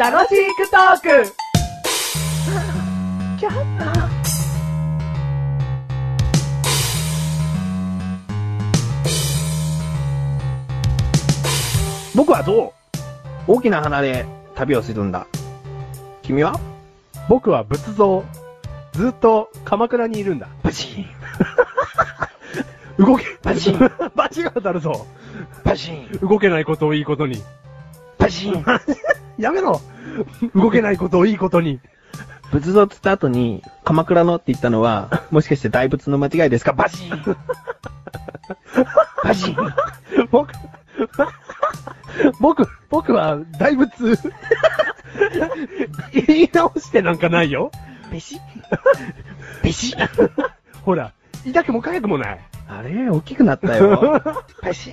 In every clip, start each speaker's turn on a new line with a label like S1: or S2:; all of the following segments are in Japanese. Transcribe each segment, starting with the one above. S1: 楽しくトーク
S2: 僕はどう大きな花で旅をするんだ。君は
S3: 僕は仏像。ずっと鎌倉にいるんだ。
S2: バチン、
S3: 動け
S2: バチン、
S3: バチが当たるぞ。
S2: バチン、
S3: 動けないことをいいことに。
S2: バチン。
S3: やめろ動けないことをいいこと に。
S2: 仏像っつった後に、鎌倉のって言ったの は、もしかして大仏の間違いですかバチン。バチン。
S3: 僕、 僕、僕は大 仏。言い直してなんかないよ。
S2: ペシペシ
S3: ほら、痛くも痒くもない。
S2: あれ大きくなったよ。ペシ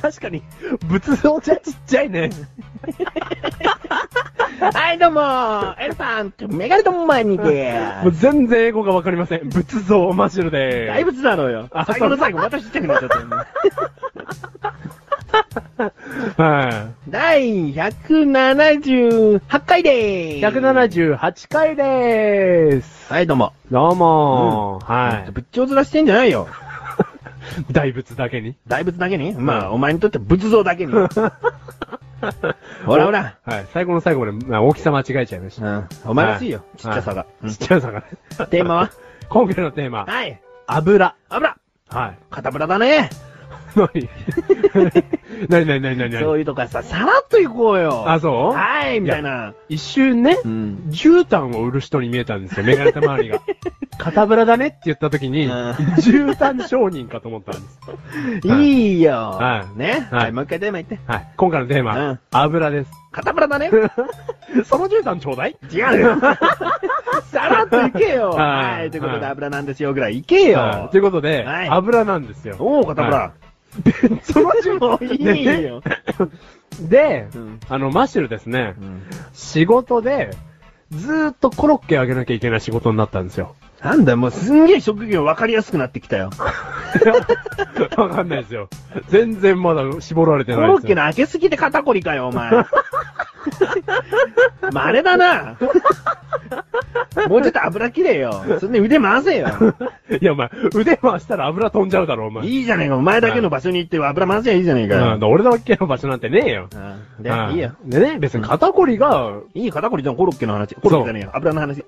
S3: 確かに、仏像じゃちっちゃいね。
S2: はい、どうもエルファントメガネとも前にて
S3: もう全然英語がわかりません。仏像マシュルでーす。
S2: 大仏だろうよ。
S3: あ
S2: 最後の最後、私ちっちゃくなっちゃったよね。
S3: は
S2: 第178回でー
S3: い。
S2: す。。
S3: 178回でーす。
S2: はい、どうも。
S3: どうもー、は
S2: 仏頂ずらしてんじゃないよ。
S3: い。大仏だけに。
S2: 大仏だけにまあ、お前にとって仏像だけに。ほらほら。
S3: はい。最後の最後まで、まあ大きさ間違えちゃいまし
S2: う
S3: た。
S2: ん。お前らしいよ。
S3: はい
S2: ちっちゃさが。うん
S3: ちっちゃいさがね。
S2: テーマは
S3: 今回のテーマ、
S2: はい。
S3: 油。
S2: 油
S3: はい。
S2: 肩ぶらだね。
S3: なになになになになにな
S2: そう
S3: に
S2: いうとこはさ、さらっと行こうよ。
S3: あ、そう
S2: はい、みたいな。
S3: 一瞬ね、
S2: うん。
S3: 絨毯を売る人に見えたんですよ、メガネた周 りが。肩ぶらだねって言った時に、
S2: うん
S3: 絨毯商人かと思ったんです。はい
S2: いいよ。
S3: はい
S2: ね。
S3: はい
S2: はい、もう一回テーマ言って。
S3: はい。今回のテーマ、
S2: うん
S3: 油 です。
S2: 肩ぶらだね。
S3: その絨毯ちょうだい
S2: 違うよ。 さらっと行けよ。
S3: はい
S2: はい、ということで
S3: はい
S2: 油なんですよぐらい行け
S3: はい
S2: よ
S3: とい。うことで、
S2: はい
S3: 油なんですよ。
S2: おお、肩ぶ
S3: は
S2: ら。
S3: その絨
S2: もういいよ。
S3: 毯 で、
S2: うん
S3: あの、マッシュルですね、
S2: うん
S3: 仕事で、ずーっとコロッケあげなきゃいけない仕事になったんですよ。
S2: なんだよ、もうすんげえ職業分かりやすくなってきたよ。
S3: わかんないですよ。全然まだ絞られて
S2: コ
S3: ないですよ。
S2: ロッケの開けすぎて肩こりかよ、お 前。まあ、あれだな。もうちょっと油切れよ。そんで腕回 せよ。
S3: いや、お前、腕回したら油飛んじゃうだろ、お前。
S2: いいじゃねえか、お前だけの場所に行って油回せばいいじゃねえか
S3: うん
S2: よ。
S3: 俺だけの場所なんてねえよ。
S2: うんで、
S3: うん
S2: いいよ。。
S3: でね、別に肩こりが、
S2: いい肩こりじゃん、コロッケの話。コロッケじゃねえよ、油の話。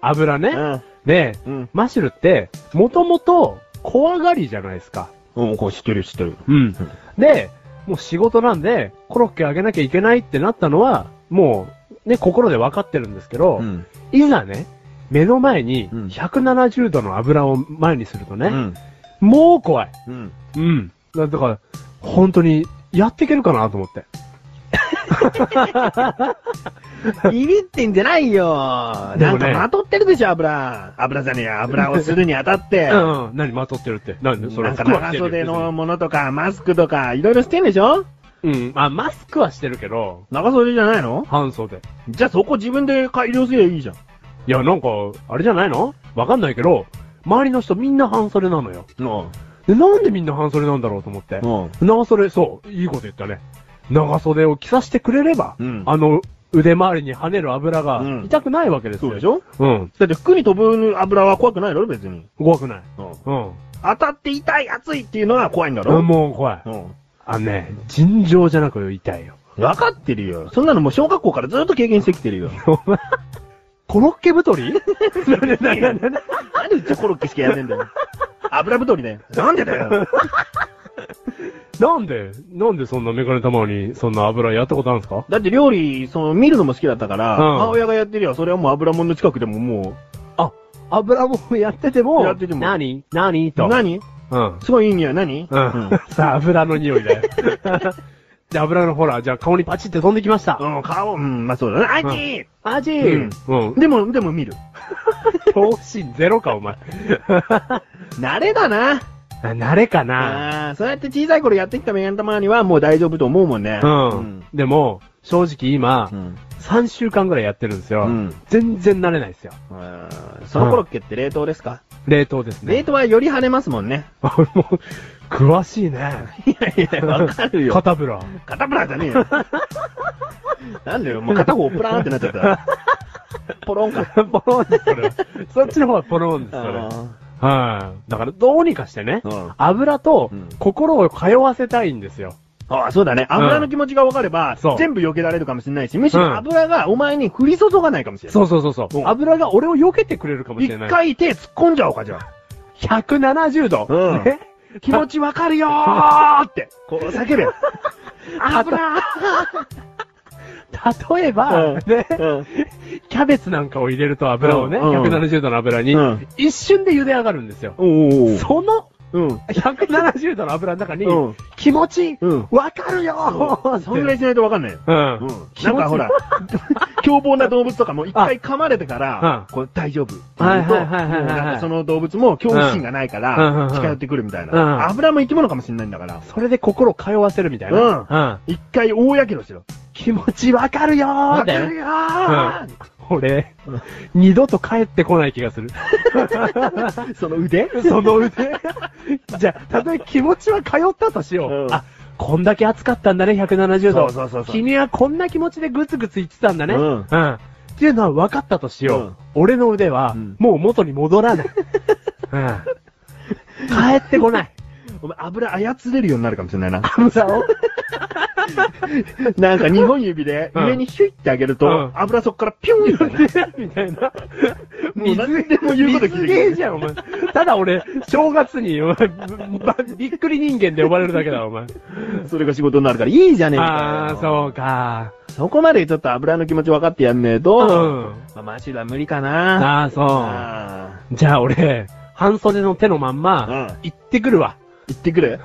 S3: 油
S2: う
S3: ね。
S2: ん。
S3: で、
S2: うん。
S3: マシュルって、もともと怖がりじゃないですか。
S2: うん、こう知ってるよ知ってる。
S3: うん。で、もう仕事なんで、コロッケあげなきゃいけないってなったのは、もう、ね、心で分かってるんですけど、
S2: ん。
S3: いざね、目の前に
S2: うん
S3: 170度の油を前にすると
S2: う
S3: ね、
S2: ん。
S3: もう怖い。
S2: うん。
S3: うん。だだから、本当に、やっていけるかなと思って。
S2: ビビってんじゃないよ。
S3: で
S2: な
S3: も
S2: ん
S3: ね
S2: かまとってるでしょ、油。油じゃねえや、油をするにあた って。
S3: うんうん。何、まとってるって。何、それ
S2: なんか
S3: 服は着て
S2: 長
S3: るよ
S2: 袖のものとか、マスクとか、いろいろしてんでしょ
S3: うん。あ、マスクはしてるけど、
S2: 長袖じゃないの
S3: 半袖。
S2: じゃあそこ自分で改良すりゃいいじゃん。
S3: いや、なんか、あれじゃないのわかんないけど、周りの人みんな半袖なのよ。
S2: う
S3: で、
S2: ん。
S3: なんでみんな半袖なんだろうと思って。
S2: うん。
S3: 長袖、そう、いいこと言ったね。長袖を着させてくれれば、
S2: うん
S3: あの、腕周りに跳ねる油が
S2: うん
S3: 痛くないわけです
S2: そ
S3: よ。
S2: うでしょ
S3: うん。
S2: だって服に飛ぶ油は怖くないだろ、別に。
S3: 怖くない。
S2: うん。
S3: うん。
S2: 当たって痛い、熱いっていうのは怖いんだ
S3: あ
S2: ろ
S3: もう怖い。
S2: うん。
S3: あのね、尋常じゃなく痛いよ。
S2: 分かってるよ。そんなのもう小学校からずっと経験してきてるよ。
S3: お前コロッケ太 りなになになに
S2: なんでうちはコロッケしかやんねえんだよ。油太りだよ。なんでだよ。
S3: なんで、なんでそんなメガネ玉にそんな油やったことあるんですか
S2: だって料理、その、見るのも好きだったか
S3: う
S2: ら、
S3: ん
S2: 母親がやってるよ。それはもう油もんの近くでもも
S3: 油もやってても
S2: やってても
S3: 何何
S2: う、
S3: と。
S2: 何
S3: うん。
S2: すごいいい匂い、何
S3: うん。 さあ、油の匂い だよ。で、油のほら、じゃあ顔にパチって飛んできました。
S2: うん、顔、うん、まあそうだね。あいちー
S3: アジ
S2: うん
S3: うん。
S2: でも、でも見る。
S3: 闘神ゼロか、お前。
S2: 慣れだな。
S3: あ慣れかな。
S2: ああ、そうやって小さい頃やってきたメガネたまにはもう大丈夫と思うもんね。
S3: うん。
S2: うん。
S3: でも、正直今、
S2: うん。
S3: 3週間ぐらいやってるんですよ。
S2: うん
S3: 全然慣れないですよ。
S2: あーそのコロッケって冷凍ですか、
S3: 冷凍です
S2: 冷
S3: ね。
S2: 凍はより跳ねますもんね。
S3: もう、詳しいね。
S2: いやいや、わかる よ。
S3: 肩ぶら。
S2: 肩ぶらじゃねえよ。なんだよ、もう片方プラーンってなっちゃった。ポロンか。
S3: ポロンです、それは。そっちの方がポロンです、それ。はい、
S2: あ
S3: だから、どうにかしてね、
S2: うん
S3: 油と
S2: うん
S3: 心を通わせたいんですよ。
S2: あー、そうだね。油の気持ちが分かれば、
S3: そう
S2: 全部避けられるかもしれないし、むし
S3: うん
S2: ろ油がお前に降り注がないかもしれない。
S3: そうそうそうそう、
S2: うん
S3: 油が俺を避けてくれるかもし
S2: 一
S3: れない。
S2: 回手突っ込んじゃおうか、じゃあ。
S3: 170度。
S2: うん
S3: ね
S2: 気持ちわかるよーって、こう叫べ。
S3: 油 例えば、
S2: うん
S3: ね、
S2: うん
S3: キャベツなんかを入れると油をね、
S2: うんうん
S3: 170度の油に、
S2: うん
S3: 一瞬で茹で上がるんですよ。
S2: おー
S3: その
S2: うん。
S3: 170度の油の中に、
S2: うん
S3: 気持ちいい、
S2: うん
S3: わかるよー
S2: そんぐらいしないとわかんないよ。
S3: うん。
S2: うん。
S3: 気持ちいい
S2: なんかほら、 凶暴な動物とかも一回噛まれてか
S3: あ
S2: ら
S3: う、
S2: こう大丈夫。
S3: はいはいはいはいはい
S2: もうなんかその動物も恐怖心がないか
S3: うんうん
S2: ら
S3: うん、
S2: 近寄ってくるみたい
S3: うん
S2: な。油も生き物かもしれないんだから、
S3: それで心を通わせるみたいな。
S2: うん
S3: うん。
S2: 一回大やけどしろ。
S3: 気持ちわかるよー
S2: わ
S3: だ
S2: か
S3: よ
S2: るよー
S3: 俺
S2: うん、
S3: 二度と帰ってこない気がする。
S2: その腕
S3: その腕。 じゃあ、たとえ気持ちは通ったとしよう。
S2: うん
S3: あ、こんだけ暑かったんだね、170
S2: そ
S3: 度。
S2: うそうそうそう。
S3: 君はこんな気持ちでグツグツ言ってたんだね。
S2: うん
S3: っていうのは分かったとしよう。
S2: うん
S3: 俺の腕は
S2: うん、
S3: もう元に戻ら ない。うん帰ってこない。
S2: お前油操れるようになるかもしれ ないな。
S3: 油を。
S2: なんか2本指で
S3: うん
S2: 上にシュイってあげる
S3: う
S2: と
S3: ん、
S2: 油そこからピュ ンみたい
S3: みたい
S2: な。
S3: な。
S2: もう何でも言うこと聞いてく
S3: 水
S2: れ
S3: ゲ
S2: る
S3: ーじゃん、お前。ただ俺、正月に、お前、ばびっくり人間で呼ばれるだけだ、お前。
S2: それが仕事になるから、いいじゃねえか
S3: あ
S2: よ。
S3: ー、そうか。
S2: そこまでちょっと油の気持ち分かってやんねえ
S3: う
S2: と、
S3: ん。
S2: まあ、マシュは無理かな。
S3: あー、そ
S2: あ
S3: う。じゃあ俺、半袖の手のまん
S2: あ。う
S3: ま、
S2: ん。
S3: 行ってくるわ。
S2: 行って くれ。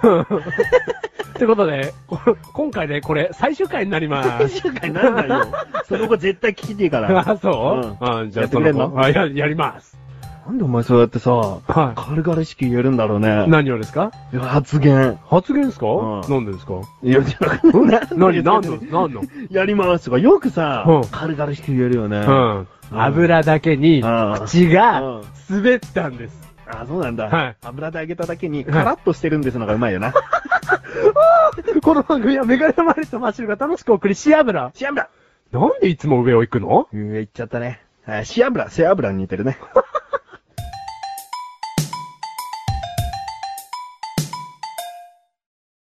S3: ということで、こ今回でこれ、最終回になり ます。
S2: 確かになんだよ。その子絶対聞いていいから。
S3: あー、そう、あーじゃあ
S2: やって
S3: そ
S2: くれ
S3: の
S2: んの
S3: 子、あや、やります。
S2: なんでお前そうやってさ、
S3: は
S2: 軽々しく言えるんだろう
S3: い。
S2: ね。
S3: 何をですか
S2: いや発言。
S3: 発言ですか、
S2: うん
S3: なんでですか
S2: いや、じゃな
S3: 何、何の、何の
S2: やりますとか、よくさ
S3: うん、
S2: 軽々しく言えるよね。
S3: うん。
S2: うん
S3: 油だけに、
S2: うん
S3: 口
S2: う
S3: が
S2: ん
S3: 滑ったんです。
S2: あ、そうなんだ。
S3: はい
S2: 油で揚げただけに、カラッとしてるんですのがうまいよな。
S3: この番組はメガネマリとマッシュルが楽しくお送り、シアブラ。
S2: シアンブラ
S3: なんでいつも上を行くの
S2: 上行っちゃったね。あシアンブラ、シアンブラに似てるね。